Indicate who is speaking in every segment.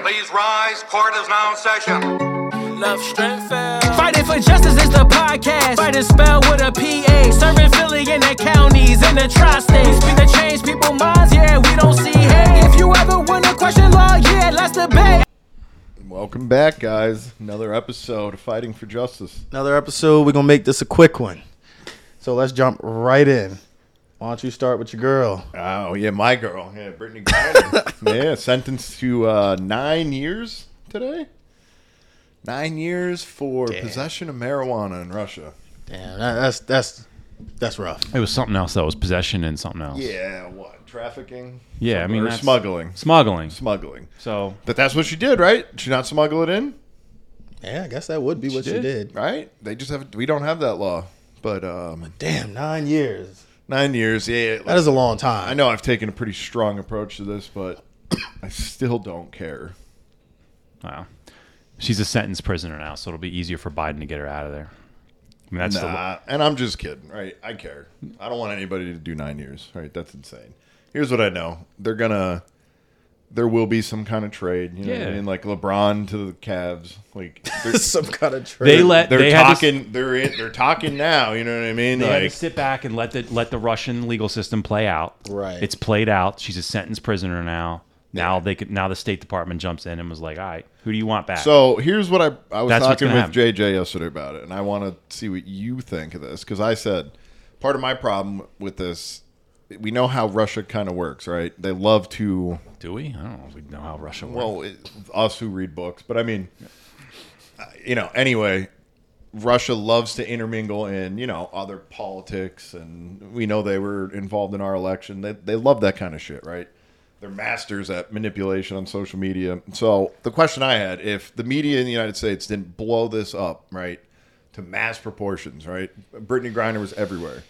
Speaker 1: Please rise. Court is now in session.
Speaker 2: Love strength
Speaker 3: Fighting for justice is the podcast. Fighting spell with a PA. Serving Philly in the counties, in the tri-state. We speak to change people minds, yeah, we don't see hate. If you ever wanna question law, yeah, let's debate.
Speaker 4: Welcome back, guys. Another episode of Fighting for Justice.
Speaker 5: Another episode. We're gonna make this a quick one. So let's jump right in. Why don't you start with your girl?
Speaker 4: Oh, yeah, my girl. Yeah, Brittany Griner. yeah, sentenced to uh, nine years today. Nine years for possession of marijuana in Russia.
Speaker 5: Damn, that, that's that's that's rough.
Speaker 6: It was something else that was possession and something else.
Speaker 4: Yeah, what? Trafficking?
Speaker 6: Yeah, I mean
Speaker 4: Or
Speaker 6: that's-
Speaker 4: smuggling.
Speaker 6: Smuggling.
Speaker 4: Smuggling.
Speaker 6: So
Speaker 4: But that's what she did, right? She not smuggle it in,
Speaker 5: Yeah, I guess that would be what she
Speaker 6: Shit.
Speaker 5: did.
Speaker 4: right? They just have we don't have that law. But um,
Speaker 5: Damn, nine years.
Speaker 4: nine years, yeah.
Speaker 5: That is a long time.
Speaker 4: I know I've taken a pretty strong approach to this, but I still don't care.
Speaker 6: wow, she's a sentenced prisoner now, so it'll be easier for Biden to get her out of there. I mean that's the
Speaker 4: Nah, and I'm just kidding, right? I care. I don't want anybody to do nine years, right? That's insane. Here's what I know: they're gonna, there will be some kind of trade. You know, what I
Speaker 6: Yeah.
Speaker 4: mean, like LeBron to the Cavs, like they're,
Speaker 5: Some kind of trade.
Speaker 6: they let
Speaker 4: they're
Speaker 6: they had to s-
Speaker 4: talking. they're in, they're talking now. You know what I mean?
Speaker 6: They had to
Speaker 4: Like
Speaker 6: sit back and let the let the Russian legal system play out.
Speaker 5: Right.
Speaker 6: It's played out. She's a sentenced prisoner now. Now they could. Now the State Department jumps in and was like, "All right, who do you want back?"
Speaker 4: So here's what I I was
Speaker 6: That's what's
Speaker 4: talking with
Speaker 6: gonna happen.
Speaker 4: JJ yesterday about it, and I want to see what you think of this because I said part of my problem with this. We know how Russia kind of works, right? They love to
Speaker 6: do we? I don't know. if We know how Russia works.
Speaker 4: well, it, us who read books, but I mean, uh, you know. Anyway, Russia loves to intermingle in you know other politics, and we know they were involved in our election. They they love that kind of shit, right? They're masters at manipulation on social media. So the question I had: if the media in the United States didn't blow this up, right, to mass proportions, right? Brittany Griner was everywhere.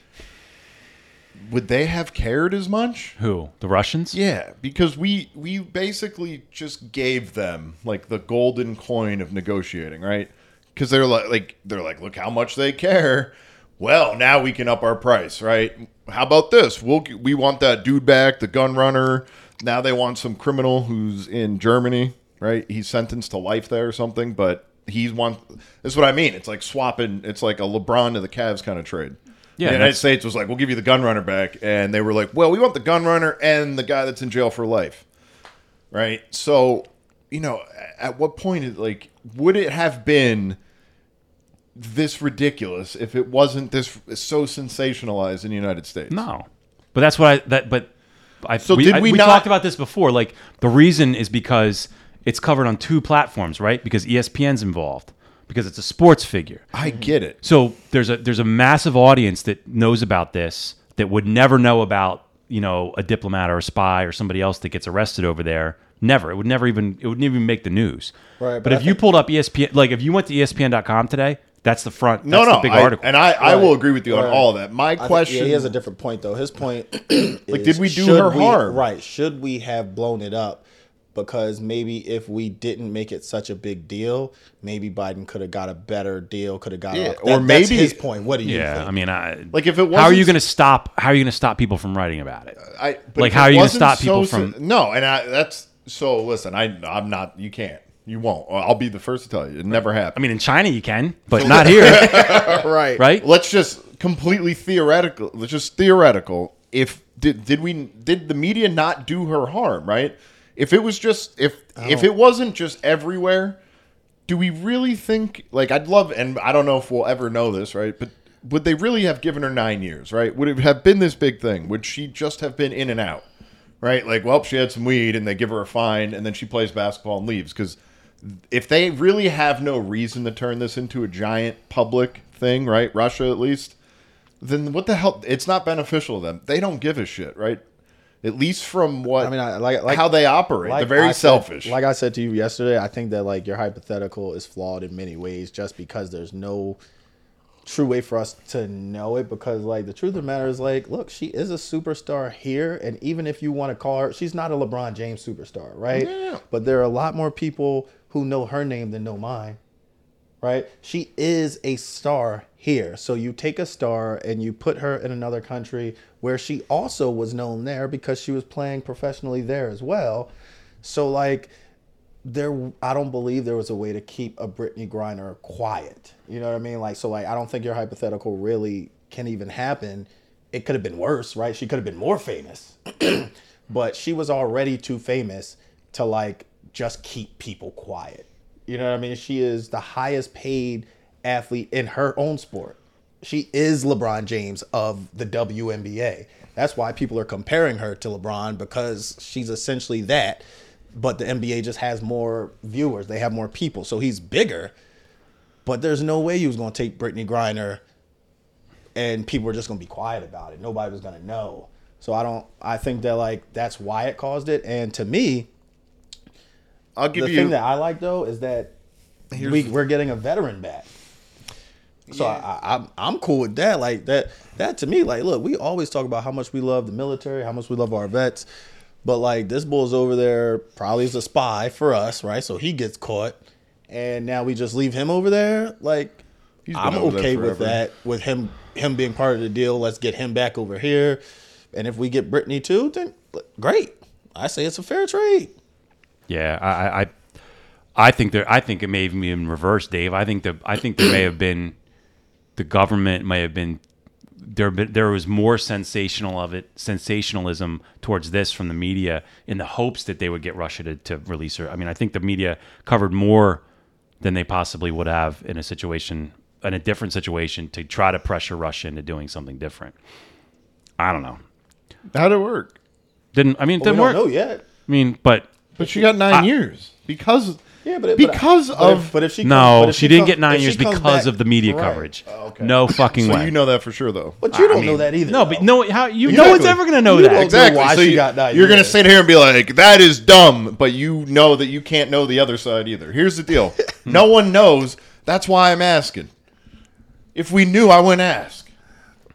Speaker 4: Would they have cared as much?
Speaker 6: who? The Russians?
Speaker 4: Yeah, because we we basically just gave them like the golden coin of negotiating, right? Because they're like, like they're like, look how much they care. Well, now we can up our price, right? How about this? We'll g- we want that dude back, the gun runner. Now they want some criminal who's in Germany, right? He's sentenced to life there or something, but he's one. That's what I mean. It's like swapping. It's like a LeBron to the Cavs kind of trade.
Speaker 6: Yeah,
Speaker 4: the United
Speaker 6: that's-
Speaker 4: States was like, "We'll give you the gun runner back," and they were like, "Well, we want the gun runner and the guy that's in jail for life." right? So, you know, at what point, is like, would it have been this ridiculous if it wasn't this so sensationalized in the United States?
Speaker 6: No, Oh. but that's what I that. But I
Speaker 4: So
Speaker 6: we,
Speaker 4: did
Speaker 6: I-
Speaker 4: we
Speaker 6: we
Speaker 4: not-
Speaker 6: talked about this before. Like the reason is because it's covered on two platforms, right? Because E ESPN's involved because it's a sports figure.
Speaker 4: I get it.
Speaker 6: So there's a there's a massive audience that knows about this that would never know about you know a diplomat or a spy or somebody else that gets arrested over there. Never. It would never even it wouldn't even make the news.
Speaker 5: Right,
Speaker 6: But,
Speaker 5: but
Speaker 6: if
Speaker 5: I
Speaker 6: you pulled up E ESPN, like if you went to E ESPN.com today, that's the front.
Speaker 4: No,
Speaker 6: that's
Speaker 4: no,
Speaker 6: the big
Speaker 4: I-
Speaker 6: article.
Speaker 4: and I, I will
Speaker 5: Right.
Speaker 4: agree with you on
Speaker 5: Right.
Speaker 4: all of that. My
Speaker 5: I
Speaker 4: question,
Speaker 5: Think, yeah, he has a different point though. His point, is,
Speaker 4: Like, did we do
Speaker 5: should
Speaker 4: her
Speaker 5: we-
Speaker 4: harm?
Speaker 5: Right? Should we have blown it up? Because maybe if we didn't make it such a big deal, maybe Biden could have got a better deal. Could have got,
Speaker 4: Yeah,
Speaker 5: yeah,
Speaker 4: or maybe-
Speaker 5: his point. What do you
Speaker 6: yeah,
Speaker 5: think?
Speaker 6: I mean, I
Speaker 4: like, if it was
Speaker 6: how are you going to stop? How are you going to stop people from writing about it?
Speaker 4: I, but
Speaker 6: Like,
Speaker 4: if
Speaker 6: how
Speaker 4: it
Speaker 6: are you gonna
Speaker 4: wasn't
Speaker 6: stop
Speaker 4: so
Speaker 6: people
Speaker 4: sen-
Speaker 6: from-
Speaker 4: No, and I, that's so. Listen, I, I'm not. You can't. You won't. I'll be the first to tell you. It never happened.
Speaker 6: I mean, in China you can, but not here,
Speaker 5: right?
Speaker 6: right?
Speaker 4: let's just completely theoretical let's just theoretical if did, did we did the media not do her harm right if it was just if if it wasn't just everywhere do we really think like i'd love and i don't know if we'll ever know this right but would they really have given her nine years right would it have been this big thing would she just have been in and out right like well she had some weed and they give her a fine and then she plays basketball and leaves because if they really have no reason to turn this into a giant public thing right russia at least then what the hell it's not beneficial to them they don't give a shit right at least from what
Speaker 5: I mean, I- like- like-
Speaker 4: how they operate
Speaker 5: Like
Speaker 4: they're very
Speaker 5: I said-
Speaker 4: selfish
Speaker 5: like I said to you yesterday, I think that like your hypothetical is flawed in many ways, just because there's no true way for us to know it. Because like the truth of the matter is, like, look, she is a superstar here, and even if you want to call her, she's not a LeBron James superstar, right?
Speaker 4: Yeah.
Speaker 5: But there are a lot more people who know her name than know mine right? She is a star here. So you take a star and you put her in another country where she also was known there because she was playing professionally there as well. So like there I don't believe there was a way to keep a Brittany Griner quiet. You know what I mean? Like so like I don't think your hypothetical really can even happen. It could have been worse, right? She could have been more famous. but she was already too famous to like just keep people quiet. You know what I mean? She is the highest paid athlete in her own sport. She is LeBron James of the WNBA. That's why people are comparing her to LeBron because she's essentially that. But the NBA just has more viewers, they have more people. So he's bigger. But there's no way he was going to take Brittany Griner and people were just going to be quiet about it. Nobody was going to know. So I don't, I think that like that's why it caused it. And to me,
Speaker 4: I'll give
Speaker 5: the
Speaker 4: you
Speaker 5: thing that I like though is that we, we're getting a veteran back. So I, I, I'm I'm cool with that. Like that that to me, like look, we always talk about how much we love the military, how much we love our vets, but like this bull's over there probably is a spy for us, right? So he gets caught, and now we just leave him over there. Like
Speaker 4: He's been
Speaker 5: I'm
Speaker 4: over there
Speaker 5: okay with
Speaker 4: forever.
Speaker 5: that, with him him being part of the deal. Let's get him back over here, and if we get Brittany too, then great. I say it's a fair trade.
Speaker 6: Yeah, I, I, I- I think there. I think it may even be in reverse, Dave. I think the. I think there may have been, the government may have been, there. Been, there was more sensational of it, sensationalism towards this from the media in the hopes that they would get Russia to, to release her. I mean, I think the media covered more than they possibly would have in a situation, in a different situation, to try to pressure Russia into doing something different. I don't know.
Speaker 4: how'd it work?
Speaker 6: Didn't I mean? It
Speaker 5: We
Speaker 6: didn't
Speaker 5: don't
Speaker 6: work.
Speaker 5: know yet.
Speaker 6: I mean, but
Speaker 4: But she got nine years because
Speaker 5: Yeah, but it,
Speaker 4: because
Speaker 5: but,
Speaker 4: of
Speaker 5: but if, but if she comes-
Speaker 6: No,
Speaker 5: but if
Speaker 6: she, didn't
Speaker 5: come-
Speaker 6: get nine
Speaker 5: if she
Speaker 6: years
Speaker 5: comes
Speaker 6: because
Speaker 5: back-
Speaker 6: of the media
Speaker 5: Right.
Speaker 6: coverage. No fucking
Speaker 4: so
Speaker 6: way.
Speaker 4: you know that for sure though.
Speaker 5: But you don't
Speaker 6: I
Speaker 5: know
Speaker 6: mean,
Speaker 5: that either.
Speaker 6: No, but
Speaker 5: though.
Speaker 6: no, how you? No one's
Speaker 4: Exactly.
Speaker 6: ever gonna know
Speaker 5: You
Speaker 6: that.
Speaker 5: don't-
Speaker 4: Exactly.
Speaker 5: why
Speaker 4: so
Speaker 5: she
Speaker 4: you,
Speaker 5: got nine
Speaker 4: you're gonna
Speaker 5: years.
Speaker 4: sit here and be like, "That is dumb," but you know that you can't know the other side either. Here's the deal: no one knows. That's why I'm asking. If we knew, I wouldn't ask.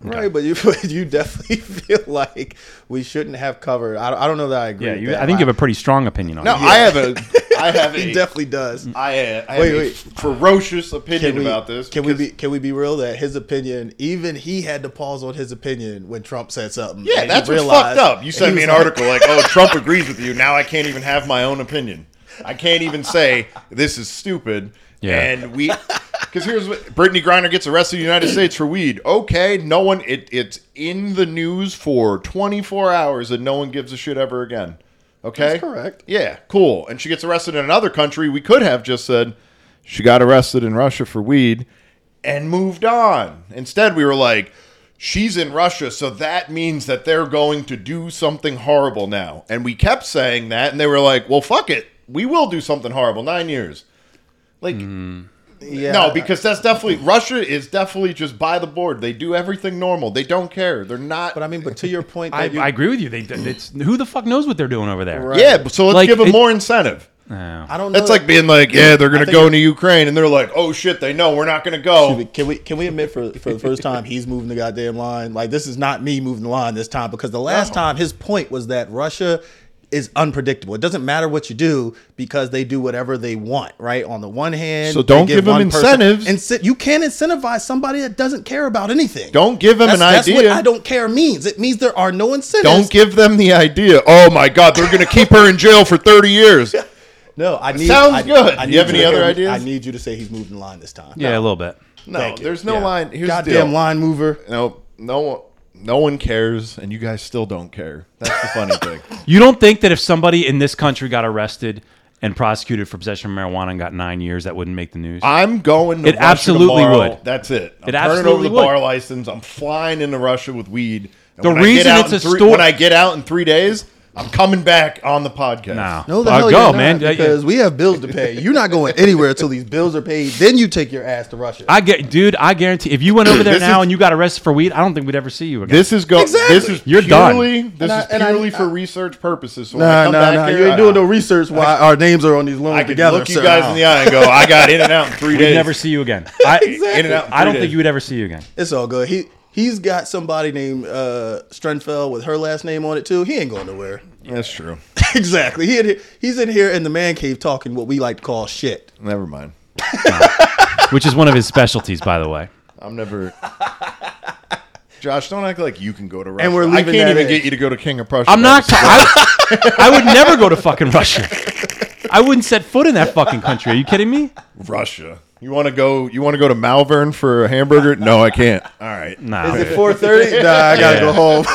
Speaker 5: right. But you, you definitely feel like we shouldn't have covered. I, don't- I don't know that I agree.
Speaker 6: Yeah,
Speaker 5: with
Speaker 6: you,
Speaker 5: that.
Speaker 6: I think you have a pretty strong opinion on
Speaker 4: No,
Speaker 6: it.
Speaker 4: I have a, I have
Speaker 5: He
Speaker 4: a,
Speaker 5: definitely does.
Speaker 4: I, uh, I have
Speaker 5: Wait,
Speaker 4: a
Speaker 5: wait.
Speaker 4: ferocious opinion
Speaker 5: we,
Speaker 4: about this.
Speaker 5: Can we
Speaker 4: because-
Speaker 5: be can we be real that his opinion, even he had to pause on his opinion when Trump said something.
Speaker 4: Yeah,
Speaker 5: and he
Speaker 4: that's what's fucked
Speaker 5: realized-
Speaker 4: up. You
Speaker 5: and
Speaker 4: sent
Speaker 5: he
Speaker 4: me an
Speaker 5: was like,
Speaker 4: article like, "Oh, Trump agrees with you." Now I can't even have my own opinion. I can't even say this is stupid.
Speaker 6: Yeah.
Speaker 4: And we, because here's what Brittany Griner gets arrested in the United States for weed. Okay, no one. It it's in the news for 24 hours, and no one gives a shit ever again. Okay,
Speaker 5: That's correct.
Speaker 4: Yeah, cool. And she gets arrested in another country. We could have just said she got arrested in Russia for weed and moved on. Instead, we were like, she's in Russia, so that means that they're going to do something horrible now. And we kept saying that, and they were like, well, fuck it. We will do something horrible. Nine years. Like,
Speaker 5: Mm. Yeah,
Speaker 4: no, because that's definitely, Russia is definitely just by the board. They do everything normal. They don't care. They're not.
Speaker 5: But I mean, but to your point, that
Speaker 6: I, Mm-hmm.
Speaker 5: you,
Speaker 6: I agree with you. They, it's, who the fuck knows what they're doing over there?
Speaker 5: Right.
Speaker 4: yeah, so let's
Speaker 6: Like,
Speaker 4: give them
Speaker 6: it-
Speaker 4: more incentive.
Speaker 5: I don't know.
Speaker 4: That's like being like, yeah, they're
Speaker 5: I
Speaker 4: gonna
Speaker 5: think
Speaker 4: go
Speaker 5: it-
Speaker 4: into Ukraine, and they're like, oh shit, they know we're not gonna
Speaker 5: Can we,
Speaker 4: go.
Speaker 5: can we can we admit for for the first time he's moving the goddamn line? Like this is not me moving the line this time because the last time his point was that Russia is unpredictable. It doesn't matter what you do because they do whatever they want, right? On the one hand,
Speaker 4: So
Speaker 5: they
Speaker 4: don't give them
Speaker 5: one person-
Speaker 4: incentives.
Speaker 5: Ince- you can't incentivize somebody that doesn't care about anything.
Speaker 4: Don't give them
Speaker 5: that's,
Speaker 4: an
Speaker 5: that's
Speaker 4: idea.
Speaker 5: what I don't care means. It means there are no incentives.
Speaker 4: Don't give them the idea. Oh my god, they're gonna keep her in jail for thirty years.
Speaker 5: No, I need.
Speaker 4: Sounds
Speaker 5: I,
Speaker 4: good.
Speaker 5: I
Speaker 4: You
Speaker 5: need
Speaker 4: have any
Speaker 5: to-
Speaker 4: other ideas?
Speaker 5: I need you to say he's moving the line this time.
Speaker 6: Yeah, a little bit.
Speaker 4: No,
Speaker 5: Thank you.
Speaker 4: there's no
Speaker 6: Yeah.
Speaker 4: line. Here's the deal.
Speaker 5: Goddamn line mover.
Speaker 4: No, no, one- no one cares, and you guys still don't care. That's the funny thing.
Speaker 6: You don't think that if somebody in this country got arrested and prosecuted for possession of marijuana and got nine years, that wouldn't make the news?
Speaker 4: I'm going. To
Speaker 6: It
Speaker 4: Russia
Speaker 6: absolutely
Speaker 4: tomorrow.
Speaker 6: would.
Speaker 4: That's it. I'm
Speaker 6: It
Speaker 4: turning over
Speaker 6: absolutely
Speaker 4: the
Speaker 6: would.
Speaker 4: bar license. I'm flying into Russia with weed. And
Speaker 6: The
Speaker 4: when I get
Speaker 6: reason
Speaker 4: out
Speaker 6: it's
Speaker 4: in
Speaker 6: a
Speaker 4: three,
Speaker 6: sto-
Speaker 4: when I get out in three days, I'm coming back on the podcast.
Speaker 6: no,
Speaker 5: No, the
Speaker 6: Uh, go,
Speaker 5: hell you're not,
Speaker 6: man. Yeah, yeah.
Speaker 5: Because we have bills to pay. You're not going anywhere until these bills are paid. Then you take your ass to Russia.
Speaker 6: I get, dude. I guarantee if you went over there
Speaker 4: This
Speaker 6: now
Speaker 4: is-
Speaker 6: and you got arrested for weed, I don't think we'd ever see you again.
Speaker 4: This is go.
Speaker 5: Exactly.
Speaker 4: This is
Speaker 6: You're done.
Speaker 4: purely. This
Speaker 5: And I-
Speaker 4: is
Speaker 5: and I-
Speaker 4: purely for
Speaker 5: I-
Speaker 4: research purposes. So when I
Speaker 5: nah,
Speaker 4: come
Speaker 5: nah,
Speaker 4: back
Speaker 5: nah.
Speaker 4: here,
Speaker 5: You
Speaker 4: I-
Speaker 5: ain't doing no research. Why our names are on these loans
Speaker 4: I could
Speaker 5: together?
Speaker 4: look you
Speaker 5: sir.
Speaker 4: guys in the eye and go, "I got in and out in three
Speaker 6: We'd
Speaker 4: days."
Speaker 6: never see you again. I,
Speaker 4: in and out. in
Speaker 6: I don't think
Speaker 4: three days.
Speaker 6: you would ever see you again.
Speaker 5: It's all good. He he's got somebody named uh, Strenfeld with her last name on it too. He ain't going nowhere.
Speaker 4: That's true.
Speaker 5: exactly. He in here, he's in here in the man cave talking what we like to call shit.
Speaker 4: Never mind.
Speaker 6: Which is one of his specialties, by the way.
Speaker 4: I'm never. Josh, don't act like you can go to Russia.
Speaker 5: we're
Speaker 4: I
Speaker 5: leaving
Speaker 4: can't
Speaker 5: that
Speaker 4: even
Speaker 5: in.
Speaker 4: get you to go to King of Prussia.
Speaker 6: I'm
Speaker 4: by
Speaker 6: not.
Speaker 4: yourself.
Speaker 6: I, I would never go to fucking Russia. I wouldn't set foot in that fucking country. Are you kidding me?
Speaker 4: Russia. You want to go? You want to go to Malvern for a hamburger? No, I can't. All right.
Speaker 6: Nah,
Speaker 5: Is it four thirty? Nah, I gotta
Speaker 6: Yeah.
Speaker 5: go home.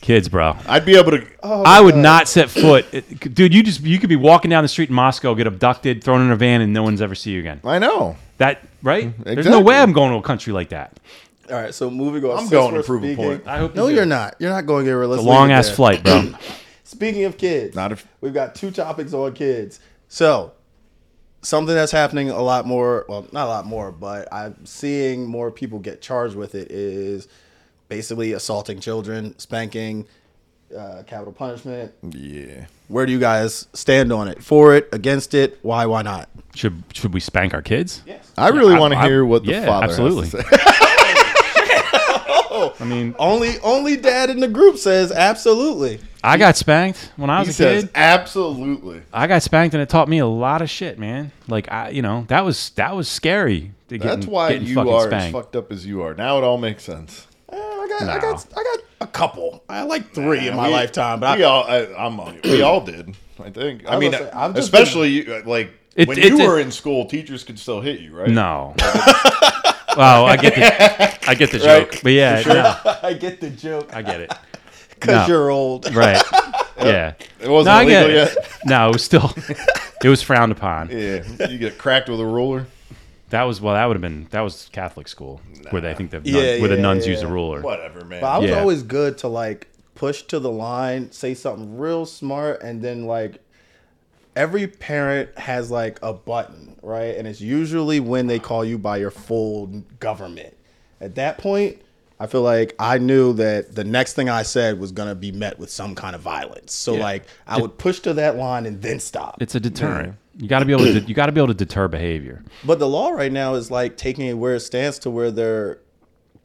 Speaker 6: kids, bro.
Speaker 4: I'd be able to.
Speaker 6: I would not set foot, It- dude. You just you could be walking down the street in Moscow, get abducted, thrown in a van, and no one's ever see you again.
Speaker 4: I know.
Speaker 6: That right? There's no
Speaker 4: Mm-hmm. Exactly.
Speaker 6: way I'm going to a country like that.
Speaker 5: All right, so moving on.
Speaker 4: I'm
Speaker 5: Since
Speaker 4: going to
Speaker 5: we're
Speaker 4: prove a
Speaker 5: speaking-
Speaker 4: point.
Speaker 6: I hope
Speaker 5: No,
Speaker 6: you do.
Speaker 5: you're not. You're not going anywhere.
Speaker 6: A
Speaker 5: Let's leave it
Speaker 6: long ass
Speaker 5: there.
Speaker 6: flight, bro.
Speaker 5: Speaking of kids,
Speaker 4: Not if-
Speaker 5: we've got two topics on kids. So something that's happening a lot more. Well, not a lot more, but I'm seeing more people get charged with it. Is basically assaulting children, spanking, uh, capital punishment.
Speaker 4: Yeah.
Speaker 5: Where do you guys stand on it? For it, against it? Why? Why not?
Speaker 6: Should should we spank our kids?
Speaker 4: I really
Speaker 6: I-
Speaker 4: want to
Speaker 6: I-
Speaker 4: hear what the
Speaker 6: yeah,
Speaker 4: father
Speaker 6: absolutely.
Speaker 4: has to say.
Speaker 6: I mean,
Speaker 5: Only, only dad in the group says absolutely.
Speaker 6: I got spanked when I was
Speaker 4: He
Speaker 6: a
Speaker 4: says
Speaker 6: kid.
Speaker 4: absolutely.
Speaker 6: I got spanked and it taught me a lot of shit, man. Like I, you know, that was that was scary. to getting-
Speaker 4: That's why
Speaker 6: getting
Speaker 4: you
Speaker 6: fucking
Speaker 4: are as
Speaker 6: spanked.
Speaker 4: fucked up as you are. Now it all makes sense.
Speaker 5: Eh, I got, I
Speaker 6: No.
Speaker 5: got, I got a couple. I like three in my
Speaker 4: We-
Speaker 5: lifetime, but
Speaker 4: we
Speaker 5: I,
Speaker 4: all, I, I'm, we all did. I think. I,
Speaker 5: I
Speaker 4: mean,
Speaker 5: was gonna say, I'm just
Speaker 4: especially you, like
Speaker 6: It-
Speaker 4: when
Speaker 6: it-
Speaker 4: you
Speaker 6: it-
Speaker 4: were in school, teachers could still hit you, right?
Speaker 6: No. wow, I get the I get the
Speaker 4: Right.
Speaker 6: joke, but yeah, no,
Speaker 5: I get the joke
Speaker 6: I get it. no.
Speaker 5: because you're old.
Speaker 6: Right. Yeah.
Speaker 4: It wasn't
Speaker 6: I get
Speaker 4: illegal
Speaker 6: it. No, it was still it was frowned upon.
Speaker 4: yet. Yeah, you get cracked with a ruler.
Speaker 6: That was well, that would have been that was Catholic school where they I think the nun,
Speaker 5: Yeah,
Speaker 6: where the
Speaker 5: yeah,
Speaker 6: nuns
Speaker 5: yeah.
Speaker 6: use a ruler.
Speaker 4: Whatever, man.
Speaker 5: But I was
Speaker 6: Yeah.
Speaker 5: always good to like push to the line, say something real smart, and then like every parent has like a button, right? And it's usually when they call you by your full government. At that point, I feel like I knew that the next thing I said was gonna be met with some kind of violence. So like I would push to that line and then stop.
Speaker 6: It's a deterrent. You got to be able to you got to be able to deter behavior.
Speaker 5: But the law right now is like taking a weird stance to where they're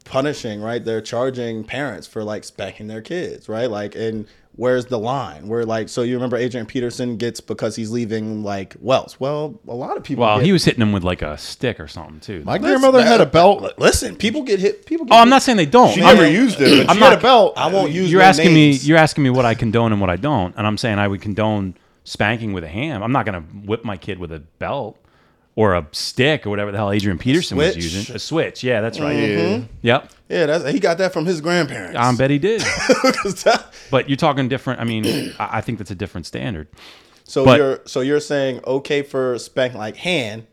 Speaker 5: punishing, right? They're charging parents for like spanking their kids, right? Like, and where's the line? Where like, so you remember Adrian Peterson gets because he's leaving like Wells. Well, a lot of people.
Speaker 6: Well,
Speaker 5: get-
Speaker 6: he was hitting them with like a stick or something too.
Speaker 4: My grandmother had a belt.
Speaker 5: Listen, people get hit. People. Get
Speaker 6: oh, I'm
Speaker 5: hit-
Speaker 6: not saying they don't.
Speaker 4: She
Speaker 6: I'm-
Speaker 4: never used it, but
Speaker 6: I'm
Speaker 4: she
Speaker 6: not-
Speaker 4: had a belt.
Speaker 5: I won't use.
Speaker 6: Oh, you're
Speaker 5: no
Speaker 6: asking
Speaker 5: names.
Speaker 6: me you're asking me what I condone and what I don't, and I'm saying I would condone spanking with a ham. I'm not going to whip my kid with a belt or a stick or whatever the hell Adrian Peterson was
Speaker 5: Switch. Mm-hmm.
Speaker 6: using. A switch, yeah, that's right.
Speaker 4: Yeah.
Speaker 6: Yep,
Speaker 5: Yeah, that's, he got that from his grandparents.
Speaker 6: I bet he did.
Speaker 5: 'Cause that-
Speaker 6: but you're talking different. I mean, I, I think that's a different standard.
Speaker 5: so
Speaker 6: But-
Speaker 5: you're so you're saying okay for spanking like hand,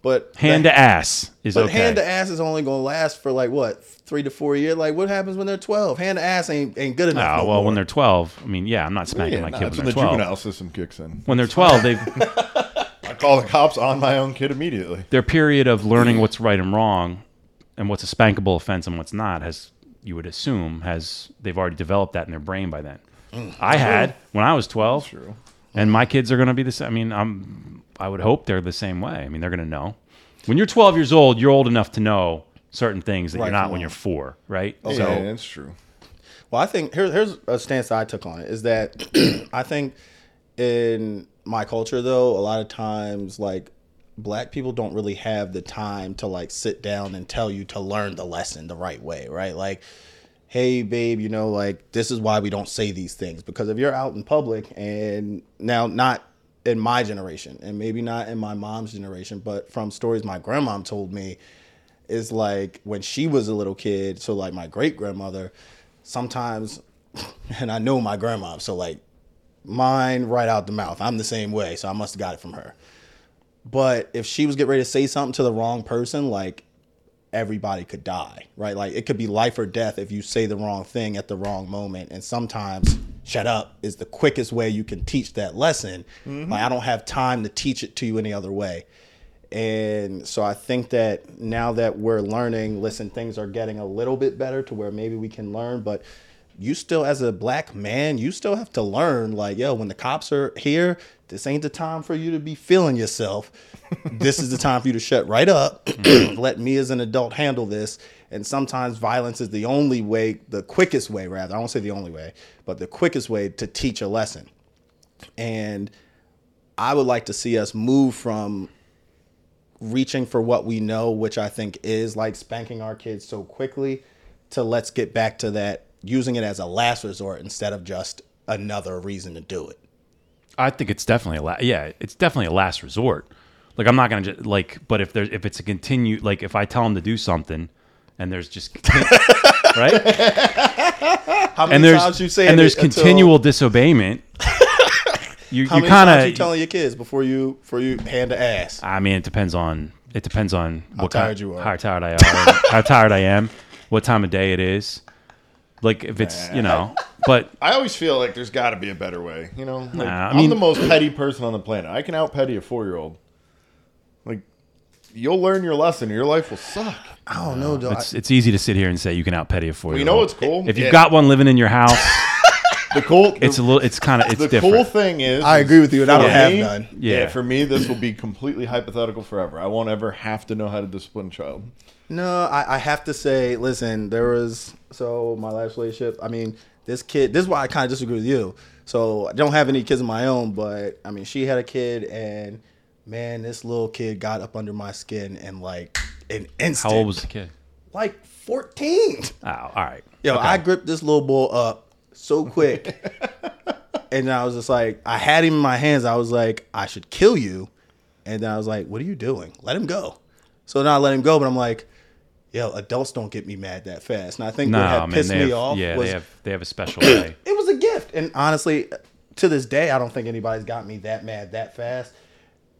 Speaker 5: but
Speaker 6: Hand to ass is
Speaker 5: But
Speaker 6: okay.
Speaker 5: hand to ass is only gonna last for like what three to four years. Like what happens when they're twelve? Hand to ass ain't ain't good
Speaker 6: Oh,
Speaker 5: enough.
Speaker 6: well, when they're 12, I mean, yeah,
Speaker 5: Oh,
Speaker 6: I'm not spanking
Speaker 4: Yeah,
Speaker 6: my
Speaker 4: nah,
Speaker 6: kid when
Speaker 4: that's
Speaker 6: they're
Speaker 4: when the
Speaker 6: 12.
Speaker 4: juvenile system kicks in.
Speaker 6: When they're 12, they
Speaker 4: I call the cops on my own kid immediately.
Speaker 6: their period of learning what's right and wrong and what's a spankable offense and what's not has you would assume has they've already developed that in their brain by then. I had when I was 12.
Speaker 4: Mm. True.
Speaker 6: And my kids are going to be the same. I mean, I'm I would hope they're the same way. I mean, they're going to know. When you're 12 years old, you're old enough to know certain things that
Speaker 5: Right
Speaker 6: you're not
Speaker 5: from
Speaker 6: when
Speaker 5: wrong.
Speaker 6: you're 4, right?
Speaker 4: Oh, yeah, that's true.
Speaker 5: Well, I think here's here's a stance that I took on it is that I think in my culture though, a lot of times like black people don't really have the time to like sit down and tell you to learn the lesson the right way, right? Like hey babe you know like this is why we don't say these things because if you're out in public and now not in my generation and maybe not in my mom's generation but from stories my grandmom told me is like when she was a little kid so like my great grandmother sometimes and i know my grandma so like mine right out the mouth i'm the same way so i must have got it from her but if she was getting ready to say something to the wrong person like everybody could die, right? Like it could be life or death if you say the wrong thing at the wrong moment. And sometimes shut up is the quickest way you can teach that lesson. Like I don't have time to teach it to you any other way. And so I think that now that we're learning, listen, things are getting a little bit better to where maybe we can learn, but you still as a black man, you still have to learn like, yo, when the cops are here, this ain't the time for you to be feeling yourself. this is the time for you to shut right up. Let me as an adult handle this. And sometimes violence is the only way, the quickest way rather. I won't say the only way, but the quickest way to teach a lesson. And I would like to see us move from reaching for what we know, which I think is like spanking our kids so quickly, to let's get back to that using it as a last resort instead of just another reason to do it.
Speaker 6: I think it's definitely a la- yeah, it's definitely a last resort. Like I'm not gonna just, like, but if there's if it's a continue like if I tell them to do something and there's just right
Speaker 5: How many
Speaker 6: and there's
Speaker 5: times you say
Speaker 6: and
Speaker 5: it
Speaker 6: there's
Speaker 5: until-
Speaker 6: continual disobeyment. You
Speaker 5: How
Speaker 6: you
Speaker 5: many times you
Speaker 6: kind of
Speaker 5: telling your kids before you before you hand to ass?
Speaker 6: I mean it depends on it depends on how what
Speaker 5: tired
Speaker 6: kind,
Speaker 5: you are.
Speaker 6: how tired I am, how tired I am, what time of day it is. Like if it's you know, but
Speaker 4: I always feel like there's got to be a better way. You know, like,
Speaker 6: Nah, Uh, I
Speaker 4: I
Speaker 6: mean-
Speaker 4: am the most petty person on the planet. I can out petty a four year old. Like, you'll learn your lesson. Your life will suck.
Speaker 5: I don't know, dog.
Speaker 6: it's it's easy to sit here and say you can out petty a four.
Speaker 4: You know what's cool?
Speaker 6: If you've
Speaker 4: Yeah.
Speaker 6: got one living in your house,
Speaker 4: the cool, the,
Speaker 6: it's a little. It's kind of. It's
Speaker 4: the
Speaker 6: different.
Speaker 4: cool thing is,
Speaker 5: I agree with you, and I
Speaker 4: for
Speaker 5: don't have
Speaker 4: me-
Speaker 5: none.
Speaker 6: Yeah.
Speaker 4: Yeah. for me, this will be completely hypothetical forever. I won't ever have to know how to discipline a child.
Speaker 5: No, I, I have to say, listen, there was so my last relationship. I mean, this kid. This is why I kind of disagree with you. So I don't have any kids of my own, but I mean, she had a kid, and man, this little kid got up under my skin in like an
Speaker 6: How
Speaker 5: instant.
Speaker 6: old was the kid?
Speaker 5: Like fourteen.
Speaker 6: Oh, all right.
Speaker 5: Yo, I gripped this little bull up so quick. and then I was just like, I had him in my hands. I was like, I should kill you. And then I was like, what are you doing? Let him go. So then I let him go, but I'm like, yo, adults don't get me mad that fast. And I think
Speaker 6: No,
Speaker 5: what had
Speaker 6: man.
Speaker 5: pissed
Speaker 6: They
Speaker 5: me
Speaker 6: have,
Speaker 5: off
Speaker 6: yeah,
Speaker 5: was
Speaker 6: they have. They have a special day.
Speaker 5: it was a gift. And honestly, to this day, I don't think anybody's got me that mad that fast.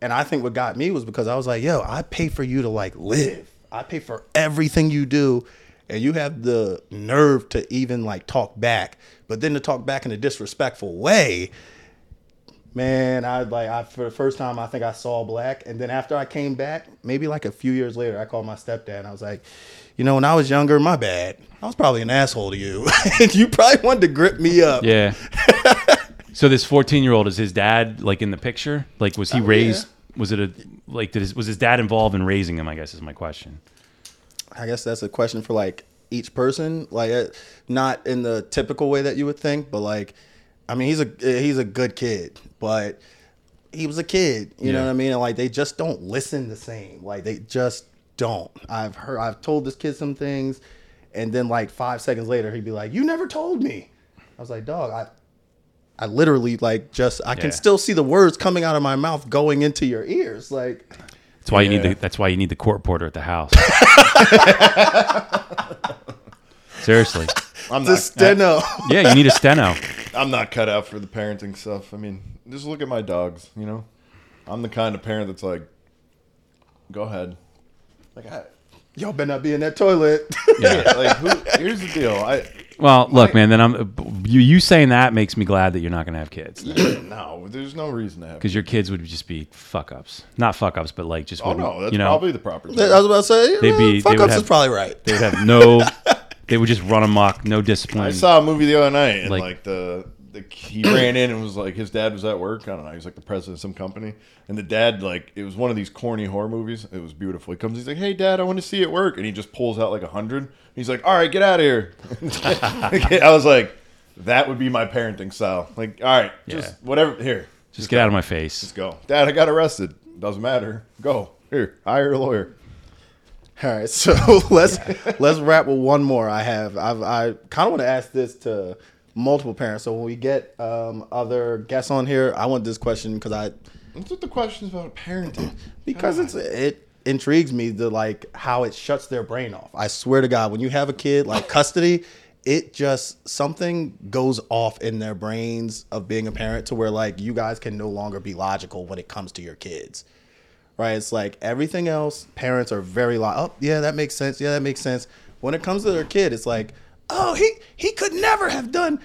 Speaker 5: And I think what got me was because I was like, yo, I pay for you to like live. I pay for everything you do. And you have the nerve to even like talk back, but then to talk back in a disrespectful way. Man, I like I for the first time I think I saw black, and then after I came back, maybe like a few years later, I called my stepdad and I was like, you know, when I was younger, my bad, I was probably an asshole to you. you probably wanted to grip me up.
Speaker 6: Yeah. so this fourteen-year-old is his dad, like in the picture. Like, was
Speaker 4: Oh,
Speaker 6: he raised? Was it a like? Did his, was his dad involved in raising him? I guess is my question.
Speaker 5: I guess that's a question for like each person, like uh, not in the typical way that you would think, but like, I mean, he's a eh, he's a good kid, but he was a kid, you know
Speaker 6: Yeah.
Speaker 5: what I mean? And like, they just don't listen the same. Like, they just don't. I've heard, I've told this kid some things, and then like five seconds later, he'd be like, "You never told me." I was like, "Dog, I." I literally like just I
Speaker 6: Yeah.
Speaker 5: can still see the words coming out of my mouth going into your ears like
Speaker 6: That's why you need the.
Speaker 4: Yeah.
Speaker 6: That's why you need the court reporter at the house. Seriously.
Speaker 4: I'm
Speaker 5: the
Speaker 4: not,
Speaker 5: steno.
Speaker 6: Yeah, you need a steno.
Speaker 4: I'm not cut out for the parenting stuff. I mean, just look at my dogs. You know, I'm the kind of parent that's like, go ahead. Like, I,
Speaker 5: Y'all better not be in that toilet.
Speaker 4: yeah, like who, here's the deal. I
Speaker 6: Well, look, man. Then I'm you. You saying that makes me glad that you're not going to have kids.
Speaker 4: no, there's no reason to have.
Speaker 6: because your kids would just be fuck ups, not fuck ups, but like just
Speaker 4: Oh
Speaker 6: wouldn't,
Speaker 4: no, that's
Speaker 6: you know,
Speaker 4: probably the proper.
Speaker 5: I was about to say,
Speaker 6: They'd be-
Speaker 5: eh, fuck
Speaker 6: they would
Speaker 5: ups
Speaker 6: have-
Speaker 5: is probably right.
Speaker 6: they would have no, they would just run amok, no discipline.
Speaker 4: I saw a movie the other night, and
Speaker 6: Like-
Speaker 4: like, the the he ran in and was like, his dad was at work. I don't know. He was like the president of some company, and the dad like it was one of these corny horror movies. It was beautiful. He comes, he's like, "Hey, dad, I want to see it work," and he just pulls out like a hundred. He's like, "All right, get out of here." I was like, that would be my parenting style. Like, all right, just
Speaker 6: Yeah.
Speaker 4: whatever. Here,
Speaker 6: just get out of my face.
Speaker 4: just go, dad. I got arrested. Doesn't matter. Go here. Hire a lawyer.
Speaker 5: All right, so let's let's wrap with one more. I have I've, I kind of want to ask this to multiple parents. So when we get um, other guests on here, I want this question because I
Speaker 4: That's what the question's about parenting.
Speaker 5: because it's it intrigues me the like how it shuts their brain off. I swear to God, when you have a kid like custody, it just something goes off in their brains of being a parent to where like you guys can no longer be logical when it comes to your kids. Right? It's like everything else, parents are very like, oh yeah, that makes sense. Yeah, that makes sense. When it comes to their kid, it's like, oh he he could never have done.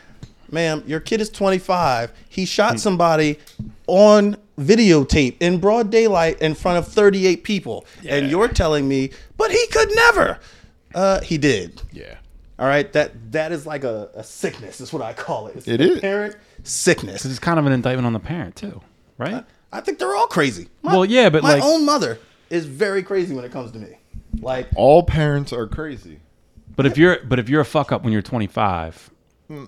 Speaker 5: Ma'am, your kid is 25. He shot somebody on videotape in broad daylight in front of 38 people, and you're telling me, but he could never. Uh, he did.
Speaker 4: Yeah.
Speaker 5: All right, that that is like a, a sickness. Is what I call it. It's
Speaker 4: It
Speaker 5: a
Speaker 4: is.
Speaker 5: parent sickness.
Speaker 6: It's kind of an indictment on the parent too, right?
Speaker 5: I think they're all crazy. My,
Speaker 6: Well, yeah, but
Speaker 5: my
Speaker 6: like-
Speaker 5: own mother is very crazy when it comes to me. Like,
Speaker 4: All parents are crazy.
Speaker 6: but if you're but if you're a fuck up when you're 25,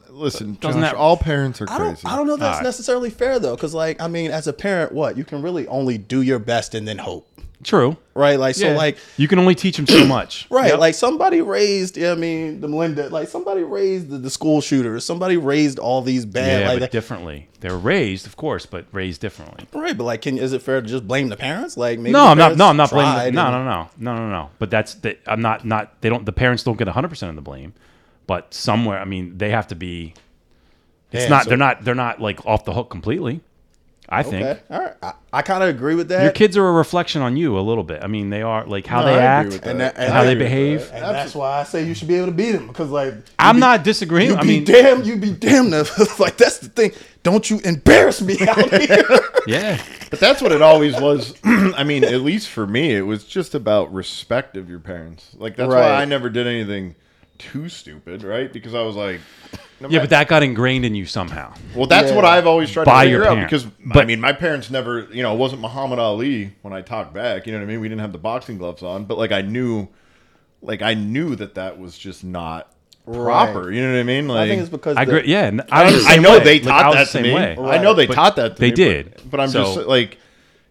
Speaker 4: Listen,
Speaker 6: doesn't
Speaker 4: Josh,
Speaker 6: that-
Speaker 4: all parents are
Speaker 5: I
Speaker 4: crazy.
Speaker 5: don't I don't know that's
Speaker 6: Alright.
Speaker 5: necessarily fair though, because like I mean, as a parent, what you can really only do your best and then hope.
Speaker 6: True.
Speaker 5: right? Like so,
Speaker 6: Yeah.
Speaker 5: like
Speaker 6: you can only teach them so much.
Speaker 5: Right,
Speaker 6: Yep.
Speaker 5: like somebody raised. Yeah, I mean, the Melinda. Like somebody raised the, the school shooters. Somebody raised all these bad.
Speaker 6: yeah,
Speaker 5: like
Speaker 6: but
Speaker 5: that.
Speaker 6: differently. They're raised, of course, but raised differently.
Speaker 5: right, but like, can is it fair to just blame the parents? Like, maybe
Speaker 6: No,
Speaker 5: the
Speaker 6: I'm not.
Speaker 5: parents
Speaker 6: No, I'm not blaming.
Speaker 5: tried
Speaker 6: the- No,
Speaker 5: and-
Speaker 6: no, no, no, no, no. But that's. The, I'm not. Not. They don't. The parents don't get 100 percent of the blame, but somewhere. I mean, they have to be. It's
Speaker 5: Yeah,
Speaker 6: not.
Speaker 5: so-
Speaker 6: they're not. They're not like off the hook completely. I think
Speaker 5: Okay, all right. I, I kind of agree with that.
Speaker 6: your kids are a reflection on you a little bit. I mean, they are like how
Speaker 4: No,
Speaker 6: they
Speaker 4: I
Speaker 6: act
Speaker 4: agree with that.
Speaker 5: and, that, and
Speaker 6: how
Speaker 5: I-
Speaker 6: they
Speaker 5: and
Speaker 6: behave.
Speaker 5: that's why I say you should be able to beat them because like
Speaker 6: I'm not disagreeing.
Speaker 5: you
Speaker 6: I
Speaker 5: be
Speaker 6: mean,
Speaker 5: damn, you be damn nervous. like that's the thing. Don't you embarrass me out here.
Speaker 6: yeah,
Speaker 4: But that's what it always was. I mean, at least for me, it was just about respect of your parents. Like that's
Speaker 5: Right.
Speaker 4: why I never did anything too stupid, right? Because I was like, no
Speaker 6: yeah.
Speaker 4: matter-
Speaker 6: But that got ingrained in you somehow.
Speaker 4: Well, that's what
Speaker 5: Yeah.
Speaker 4: I've always tried
Speaker 6: By
Speaker 4: to figure
Speaker 6: your
Speaker 4: out
Speaker 6: parent.
Speaker 4: because I
Speaker 6: But-
Speaker 4: mean, my parents never, you know, it wasn't Muhammad Ali when I talked back. You know what I mean? We didn't have the boxing gloves on, but like I knew, like I knew that that was just not proper. You know what I mean? Like
Speaker 5: I think it's because
Speaker 6: I
Speaker 5: the-
Speaker 6: agree. Yeah, and I, was the
Speaker 4: I
Speaker 6: same
Speaker 4: know
Speaker 6: way.
Speaker 4: they
Speaker 6: Like,
Speaker 4: taught
Speaker 6: I was
Speaker 4: that
Speaker 6: the
Speaker 4: to
Speaker 6: same
Speaker 4: me.
Speaker 6: way.
Speaker 4: I know they
Speaker 6: But
Speaker 4: taught that. To
Speaker 6: they
Speaker 4: me, but-
Speaker 6: did.
Speaker 4: but, I'm
Speaker 6: So-
Speaker 4: just like,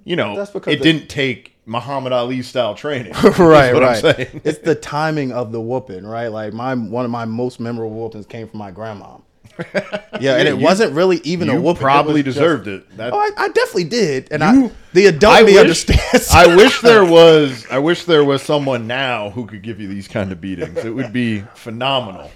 Speaker 4: you know,
Speaker 5: That's because
Speaker 4: it
Speaker 5: the-
Speaker 4: didn't take Muhammad Ali style training.
Speaker 5: right,
Speaker 4: is what I'm
Speaker 5: right.
Speaker 4: saying.
Speaker 5: It's the timing of the whooping, right? Like my one of my most memorable whoopings came from my grandma. Yeah, and it
Speaker 4: you-
Speaker 5: wasn't really even a
Speaker 4: You
Speaker 5: whooping.
Speaker 4: probably
Speaker 5: was just-
Speaker 4: deserved it. That,
Speaker 5: Oh, I, I definitely did, and I
Speaker 4: You-
Speaker 5: the adult me
Speaker 4: wish-
Speaker 5: understands.
Speaker 4: I wish there was. I wish there was someone now who could give you these kind of beatings. It would be phenomenal.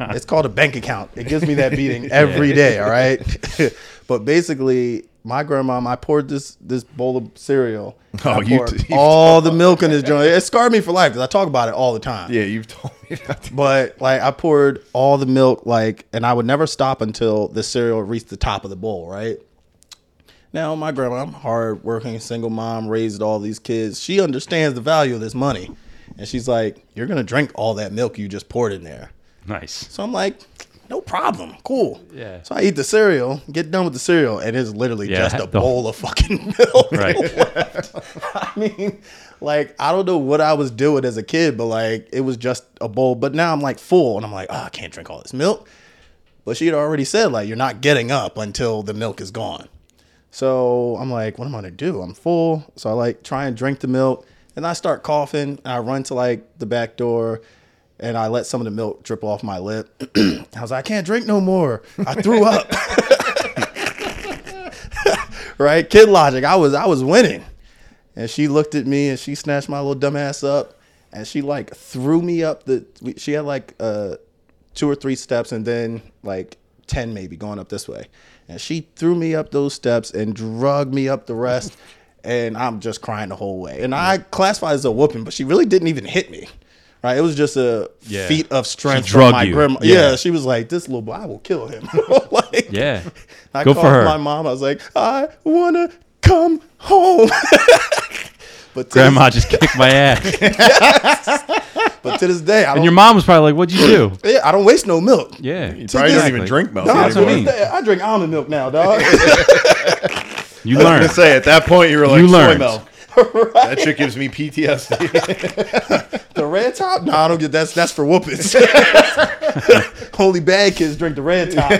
Speaker 5: it's called a bank account. It gives me that beating every day. All right, but basically, my grandma, I poured this this bowl of cereal. and
Speaker 4: Oh,
Speaker 5: I
Speaker 4: you
Speaker 5: poured
Speaker 4: t- you
Speaker 5: all the milk in this joint. It scarred me for life because I talk about it all the time.
Speaker 4: Yeah, you've told me that.
Speaker 5: But like I poured all the milk, like, and I would never stop until the cereal reached the top of the bowl, right? Now my grandma, I'm hard working, single mom, raised all these kids. She understands the value of this money. And she's like, You're gonna drink all that milk you just poured in there.
Speaker 6: Nice.
Speaker 5: So I'm like, no problem. Cool.
Speaker 6: Yeah.
Speaker 5: So I eat the cereal, get done with the cereal, and it's literally
Speaker 6: Yeah,
Speaker 5: just a
Speaker 6: the-
Speaker 5: bowl of fucking milk.
Speaker 6: Right.
Speaker 5: left. I mean, like, I don't know what I was doing as a kid, but like, it was just a bowl. But now I'm like full, and I'm like, oh, I can't drink all this milk. But she had already said, like, you're not getting up until the milk is gone. So I'm like, what am I gonna do? I'm full. So I like try and drink the milk. And I start coughing. And I run to like the back door and I let some of the milk drip off my lip. I was like, I can't drink no more. I threw up. right? Kid logic. I was I was winning. And she looked at me and she snatched my little dumb ass up and she like threw me up the we- she had like uh two or three steps and then like 10 maybe going up this way. And she threw me up those steps and drug me up the rest. and I'm just crying the whole way. And I classify it as a whooping, but she really didn't even hit me. Right? It was just a
Speaker 6: Yeah.
Speaker 5: feat of strength
Speaker 6: She
Speaker 5: from
Speaker 6: drugged
Speaker 5: my
Speaker 6: you.
Speaker 5: grandma. Yeah.
Speaker 6: Yeah.
Speaker 5: she was like, "This little boy, I will kill him." like,
Speaker 6: Yeah.
Speaker 5: I
Speaker 6: Good
Speaker 5: called
Speaker 6: for her.
Speaker 5: my mom. I was like, "I wanna come home." but to
Speaker 6: Grandma
Speaker 5: this,
Speaker 6: just kicked my ass.
Speaker 5: but to this day, I
Speaker 6: And
Speaker 5: don't.
Speaker 6: your mom was probably like, "What'd you do?"
Speaker 5: yeah, I don't waste no milk.
Speaker 6: Yeah,
Speaker 4: You probably don't even
Speaker 6: Exactly.
Speaker 4: drink milk.
Speaker 5: No,
Speaker 6: that's what I
Speaker 5: to
Speaker 6: mean.
Speaker 5: this day, I drink almond milk now, dog.
Speaker 6: you
Speaker 4: I was
Speaker 6: learn.
Speaker 4: gonna say at that point you were like
Speaker 6: You
Speaker 4: soy
Speaker 6: learned."
Speaker 4: milk. That shit gives me PTSD.
Speaker 5: the red top? No, I don't get that's that's for whoopings. Only bad kids drink the red top.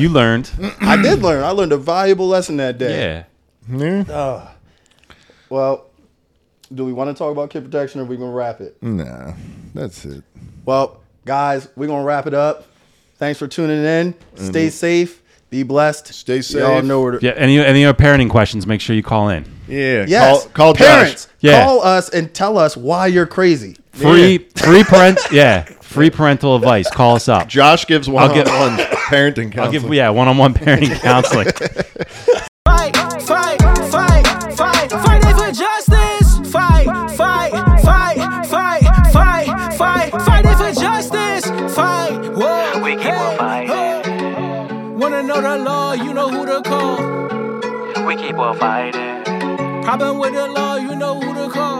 Speaker 6: You learned.
Speaker 5: I did learn. I learned a valuable lesson that day.
Speaker 6: Yeah.
Speaker 5: Well, do we want to talk about kid protection or we going to wrap it?
Speaker 4: nah, that's it.
Speaker 5: Well, guys, we're going to wrap it up. Thanks for tuning in.
Speaker 6: Mm-hmm.
Speaker 5: Stay safe. Be blessed.
Speaker 4: Stay
Speaker 5: Y'all
Speaker 4: safe.
Speaker 5: know where to.
Speaker 6: Yeah. Any any other parenting questions? Make sure you call in.
Speaker 4: Yeah,
Speaker 5: Yes.
Speaker 4: call, call
Speaker 5: Parents,
Speaker 4: Josh.
Speaker 6: Yeah.
Speaker 5: call us and tell us why you're crazy.
Speaker 6: Free free parent. Yeah. Free parental advice. Call us up.
Speaker 4: Josh gives one
Speaker 6: get-
Speaker 4: on one parenting counsel.
Speaker 6: I'll give yeah one on one parenting counseling.
Speaker 3: Fight, fight, fight, fight, fighting for justice. Fight, fight, fight, fight, fight, fight, fighting for justice. Fight, whoa, we keep on fighting. Wanna know the law? You know who to call.
Speaker 2: We keep on fighting.
Speaker 3: Problem with the law? You know who to call.